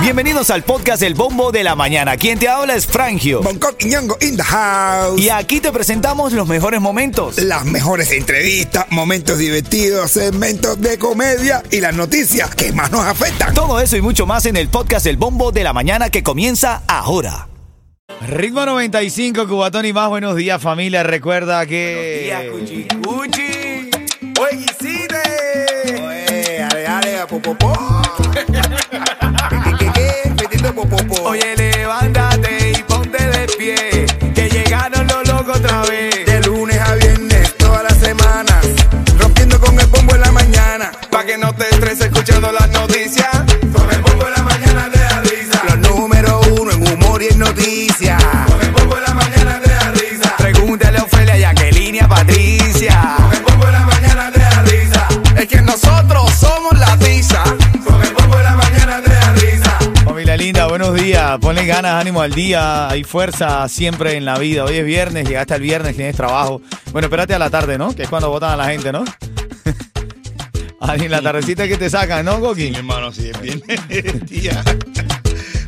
Bienvenidos al podcast El Bombo de la Mañana. Quien te habla es Frangio. Bangkok y Ñongo in the house. Y aquí te presentamos los mejores momentos. Las mejores entrevistas, momentos divertidos, segmentos de comedia y las noticias que más nos afectan. Todo eso y mucho más en el podcast El Bombo de la Mañana que comienza ahora. Ritmo 95, Cubatón y más. Buenos días, familia. Recuerda que. Cuchi, cuchi. Oye, hiciste. Oye, ale, ale, popopó. ¿Qué, qué, qué? Metiendo popopó. Oye, levántate y ponte de pie. Que llegaron los locos otra vez. De lunes a viernes, todas las semanas. Rompiendo con el bombo en la mañana. Pa' que no te estreses escuchando las noticias. Con el bombo en la mañana te da risa. Los número uno en humor y en noticias. Con el bombo en la mañana te da risa. Pregúntale a Ofelia y a Kelly, a Patricia. Con el bombo en la mañana te da risa. Es que nosotros somos la tiza. Con el bombo en la mañana te da risa. Familia linda, buenos días. Ponle ganas, ánimo al día. Hay fuerza siempre en la vida. Hoy es viernes, llegaste al viernes, tienes trabajo. Bueno, espérate a la tarde, ¿no? Que es cuando votan a la gente, ¿no? Ahí en la tardecita que te sacan, ¿no, Coqui? Mi hermano, si es bien tía.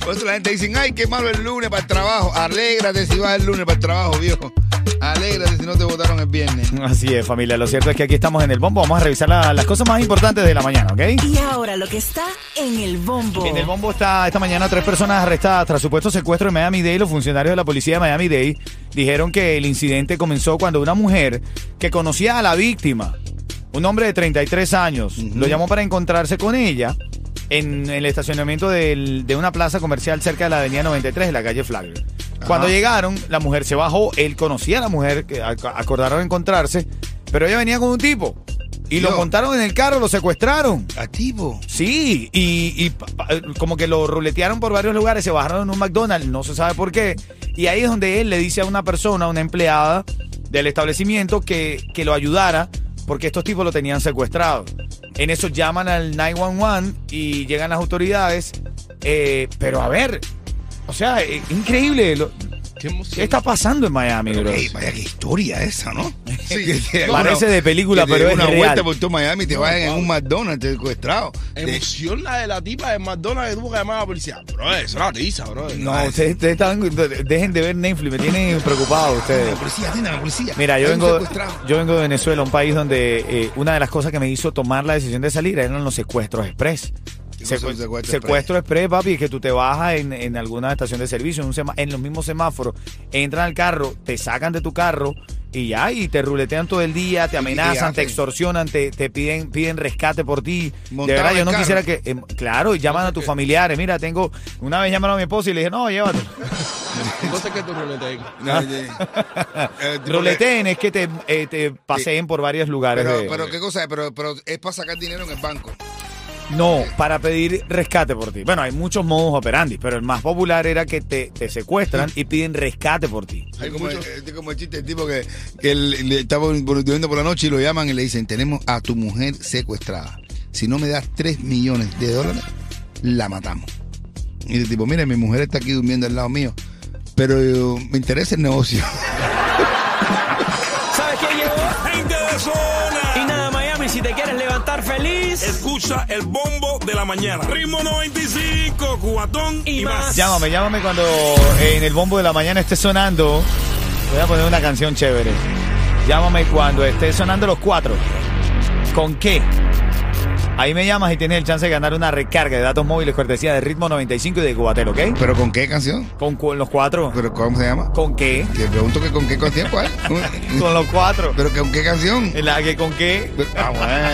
Por eso la gente dice, ay, qué malo el lunes para el trabajo. Alégrate si vas el lunes para el trabajo, viejo. Alégrate si no te votaron el viernes. Así es, familia. Lo cierto es que aquí estamos en el bombo. Vamos a revisar la- las cosas más importantes de la mañana, ¿ok? Y ahora lo que está en el bombo. En el bombo está esta mañana tres personas arrestadas tras supuesto secuestro en Miami-Dade. Los funcionarios de la policía de Miami-Dade dijeron que el incidente comenzó cuando una mujer que conocía a la víctima, un hombre de 33 años, lo llamó para encontrarse con ella en el estacionamiento del- de una plaza comercial cerca de la avenida 93 de la calle Flagler. Cuando llegaron, la mujer se bajó, él conocía a la mujer, que ac- acordaron encontrarse, pero ella venía con un tipo. Y lo Yo. montaron en el carro, lo secuestraron. Activo. Sí, y, y pa- pa- como que lo ruletearon por varios lugares, se bajaron en un McDonald's, no se sabe por qué. Y ahí es donde él le dice a una persona, una empleada del establecimiento, que, que lo ayudara, porque estos tipos lo tenían secuestrado. En eso llaman al 911 y llegan las autoridades. eh, pero a ver, o sea, eh, increíble. lo- Qué ¿Qué emoción. está pasando en Miami, bro? Ey, vaya qué historia esa, ¿no? Sí, que te- Parece de película, que te pero den es una real. vuelta por todo Miami y te vayan en un McDonald's secuestrado. Te- Emoción la de la tipa de McDonald's que tuvo que llamar a la policía. Bro, eso es una tiza, bro. No, ustedes, ustedes están, dejen de ver Netflix, me tienen preocupado ustedes. La policía, atiende a la policía. Mira, yo Hay un vengo, secuestrado. yo vengo de Venezuela, un país donde eh, una de las cosas que me hizo tomar la decisión de salir eran los secuestros express. ¿Qué cosa es un secuestro express? secuestro express, papi, es que tú te bajas en, en alguna estación de servicio, en, un sema- en los mismos semáforos, entran al carro, te sacan de tu carro y ya, y te ruletean todo el día, te amenazan, hacen? te extorsionan, te, te piden, piden rescate por ti. de Montado verdad, yo en no carro. quisiera que. eh, claro, y llaman a tus familiares. Mira, tengo. Una vez llamaron a mi esposa y le dije, no, llévatelo. Entonces, ¿qué tú rolete ahí? No, oye. Eh, tipo, Ruleteen es que te, eh, te paseen por varios lugares. Pero, de- pero qué cosa, es? pero, pero es para sacar dinero en el banco. No, para pedir rescate por ti. Bueno, hay muchos modos operandi, pero el más popular era que te, te secuestran y piden rescate por ti. Hay como, el, como el chiste del tipo que, que él- le estaba durmiendo por la noche y lo llaman y le dicen, tenemos a tu mujer secuestrada. Si no me das 3 millones de dólares, la matamos. Y el tipo, mire, mi mujer está aquí durmiendo al lado mío, pero yo- me interesa el negocio. ¿Sabes qué llegó? Gente de zona. Y nada, Miami, si te quieres levantar feliz. Escucha el bombo de la mañana. Ritmo 95, cubatón y, Y más. más. Llámame, llámame cuando eh, en el bombo de la mañana esté sonando. Voy a poner una canción chévere. Llámame cuando esté sonando los cuatro. ¿Con qué? Ahí me llamas y tienes el chance de ganar una recarga de datos móviles cortesía de Ritmo 95 y de Cubatel, ¿ok? ¿Pero con qué canción? ¿Con, cu- los cuatro? ¿Pero cómo se llama? ¿Con qué? Te pregunto que con qué canción, ¿cuál? Con los cuatro. ¿Pero que con qué canción? ¿En la que con qué? Ah, bueno.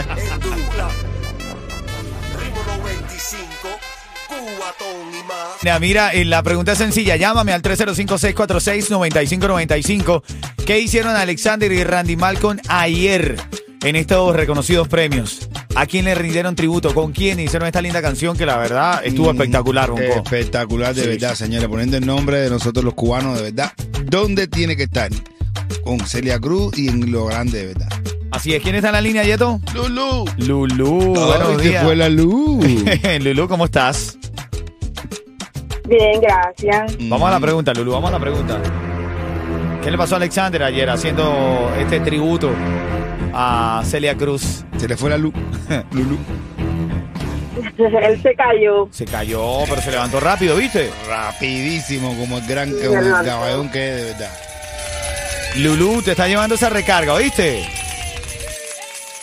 Mira, mira, eh, la pregunta es sencilla. Llámame al 305-646-9595. ¿Qué hicieron Alexander y Randy Malcolm ayer en estos reconocidos premios? ¿A quién le rindieron tributo? ¿Con quién hicieron esta linda canción que la verdad estuvo espectacular, Bonco? Mm, Espectacular, de Sí. verdad, señores. Poniendo el nombre de nosotros los cubanos, de verdad. ¿Dónde tiene que estar? Con Celia Cruz y en lo grande, de verdad. Así es, ¿quién está en la línea, Yeto? ¡Lulú! Lulú, buenos Ay, que días. fue la luz! Lulú, ¿cómo estás? Bien, gracias. Vamos a Mm. la pregunta, Lulú, vamos a la pregunta. ¿Qué le pasó a Alexander ayer haciendo este tributo a Celia Cruz? Mm, Se le fue la luz. Lulú. Él se cayó. Se cayó, pero se levantó rápido, ¿viste? Rapidísimo, como el gran Sí, como el Fernando. caballón que es, de verdad. Lulú, te está llevando esa recarga, ¿oíste?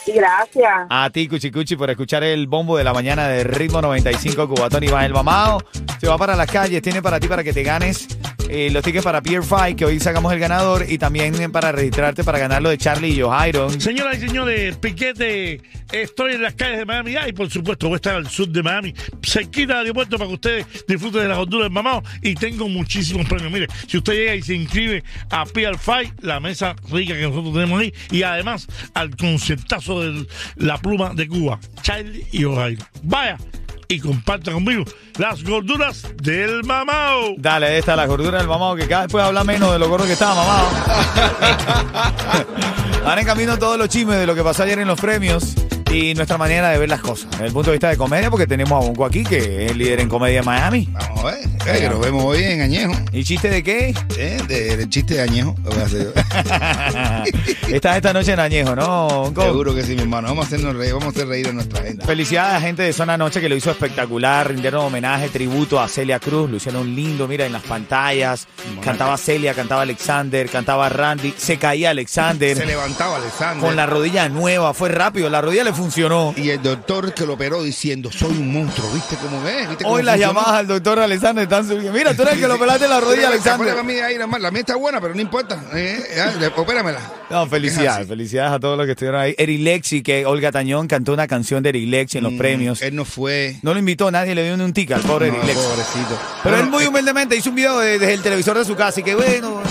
Gracias. A ti, Cuchicuchi, por escuchar el bombo de la mañana de Ritmo 95 Cubatón Iván El Mamao. Se va para las calles, tiene para ti para que te ganes eh, los tickets para Pier Fight, que hoy sacamos el ganador, y también para registrarte para ganar lo de Charlie y Johairon. Señoras y señores, piquete, estoy en las calles de Miami y por supuesto voy a estar al sur de Miami, cerquita del aeropuerto para que ustedes disfruten de las honduras del mamado y tengo muchísimos premios. Mire, si usted llega y se inscribe a PR Fight, la mesa rica que nosotros tenemos ahí, y además al concertazo de la pluma de Cuba, Charlie y O'Reilly. Vaya y comparta conmigo las gorduras del mamao. Dale, ahí está la gordura del mamado, que cada vez puede hablar menos de lo gordo que estaba mamado. Van en camino todos los chismes de lo que pasó ayer en los premios y nuestra manera de ver las cosas. Desde el punto de vista de comedia, porque tenemos a Bonco aquí, que es el líder en comedia en Miami. Vamos a ver, eh, que nos vemos hoy en Añejo. ¿Y chiste de qué? Eh, de- del chiste de Añejo. lo voy a hacer yo. Estás esta noche en Añejo, ¿no, Bonco? Seguro que sí, mi hermano. Vamos a hacernos reír, vamos a hacer reír a nuestra gente. Felicidades a la gente de Zona Noche que lo hizo espectacular, rindieron homenaje, tributo a Celia Cruz, lo hicieron lindo, mira, en las pantallas, cantaba Celia, cantaba Alexander, cantaba Randy, se caía Alexander, Se levantaba Alexander. con la rodilla nueva, fue rápido, la rodilla le funcionó. Y el doctor que lo operó diciendo, soy un monstruo, ¿viste cómo es? ¿Viste cómo Hoy las funcionó? llamadas al doctor Alexander están subiendo, mira, tú eres el que lo pelaste la rodilla, Se pone Alexander. La mía, ahí, nada más. la mía está buena, pero no importa. Eh, eh, opéramela. No, Es felicidades, así. felicidades a todos los que estuvieron ahí. Erilexi, que Olga Tañón cantó una canción de Erilexi en los Mm, premios. Él no fue. No lo invitó, nadie le dio ni un tic al pobre No, Erilexi. pobrecito. Pero él Bueno, muy eh, humildemente hizo un video de- desde el televisor de su casa, y que bueno,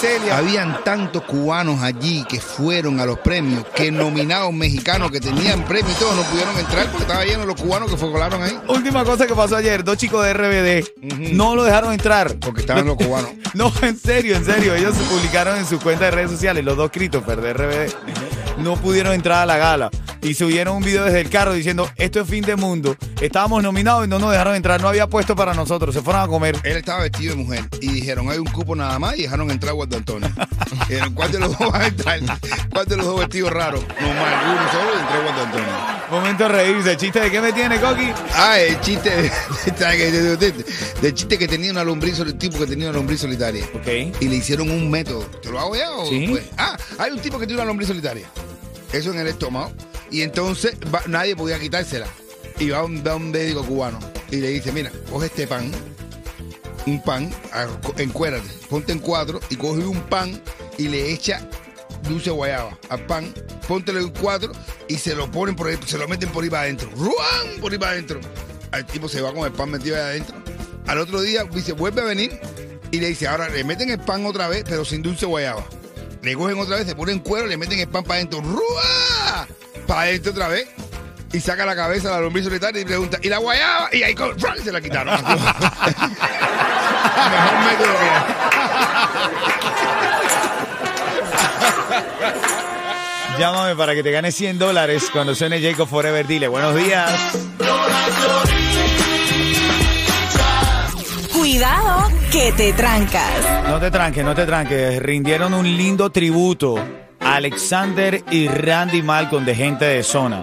Celia. Habían tantos cubanos allí que fueron a los premios, que nominados mexicanos que tenían premios y todos no pudieron entrar porque estaba lleno los cubanos que fue colaron ahí. Última cosa que pasó ayer, dos chicos de RBD Ujú. no lo dejaron entrar. Porque estaban los cubanos. No, en serio, en serio. Ellos se publicaron en su cuenta de redes sociales, los dos Christopher de RBD. No pudieron entrar a la gala. Y subieron un video desde el carro diciendo, esto es fin de mundo. Estábamos nominados y no nos dejaron entrar, no había puesto para nosotros. Se fueron a comer. Él estaba vestido de mujer y dijeron, hay un cupo nada más y dejaron entrar a Guarda Antonio. Y dijeron, ¿cuál de los dos va a entrar? ¿Cuál de los dos vestidos raros? No más, uno solo y entró Guarda Antonio. Momento de reírse. ¿Chiste de qué me tiene, Coqui? Ah, el chiste, del chiste que tenía una lombriz, el tipo que tenía una lombriz solitaria. Ok. y le hicieron un método. ¿Te lo hago ya o Sí. después? Ah, hay un tipo que tiene una lombriz solitaria. Eso en el estómago. Y entonces va- nadie podía quitársela. Y va un, va un médico cubano y le dice, mira, coge este pan, un pan, a- co- encuérate, ponte en cuatro y coge un pan y le echa dulce guayaba al pan, póntelo en cuatro y se lo ponen por ahí, se lo meten por ahí para adentro. ¡Ruan! Por ahí para adentro. El tipo se va con el pan metido ahí adentro. Al otro día dice, vuelve a venir y le dice, ahora le meten el pan otra vez, pero sin dulce guayaba. Le cogen otra vez, se ponen cuero, le meten el pan para adentro. ¡Ruá! Para adentro otra vez. Y saca la cabeza la lombriz solitaria y pregunta, ¿y la guayaba? Y ahí co- ¡ruá! se la quitaron. Mejor método que hay. Llámame para que te ganes 100 dólares cuando suene Jacob Forever. Dile, buenos días. Cuidado que te trancas. No te tranques, no te tranques. Rindieron un lindo tributo a Alexander y Randy Malcolm de gente de zona.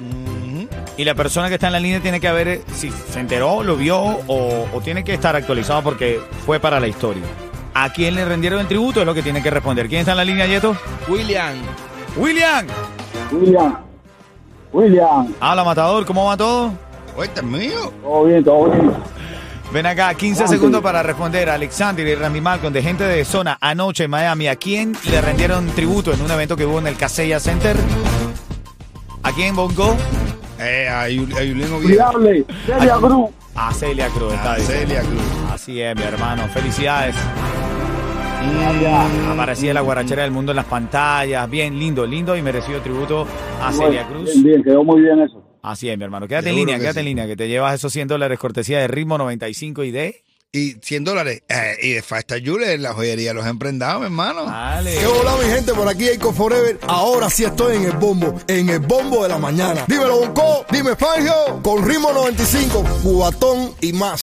Y la persona que está en la línea tiene que haber, eh, si se enteró, lo vio o, o tiene que estar actualizado porque fue para la historia. ¿A quién le rindieron el tributo? Es lo que tiene que responder. ¿Quién está en la línea, Yeto? William. ¡William! William, William, Habla, Matador, ¿cómo va todo? Oye, este es mío. todo bien, todo bien. Ven acá, 15 segundos para responder. Alexander y Randy Malcolm de gente de zona anoche en Miami. ¿A quién le rendieron tributo en un evento que hubo en el Casella Center? ¿A quién, Bongo? Eh, hay un, hay un lingo bien. Cuidable, Celia Cruz. A Celia Cruz. está bien. Celia Cruz. Así es, mi hermano. Felicidades. Aparecía la guarachera del mundo en las pantallas. Bien, lindo, lindo y merecido tributo a Celia Cruz. Bien, bien, quedó muy bien eso. Así es, mi hermano. Quédate en Seguro línea, que quédate sí. en línea, que te llevas esos 100 dólares cortesía de ritmo 95 y de... Y 100 dólares. Eh, y de Fasta Jules, la joyería de los emprendados, mi hermano. Dale. ¿Qué Eh, hola mi gente? Por aquí Eco Forever. Ahora sí estoy en el bombo, en el bombo de la mañana. Dímelo, Bonco, dime Fangio, con ritmo 95, cubatón y más.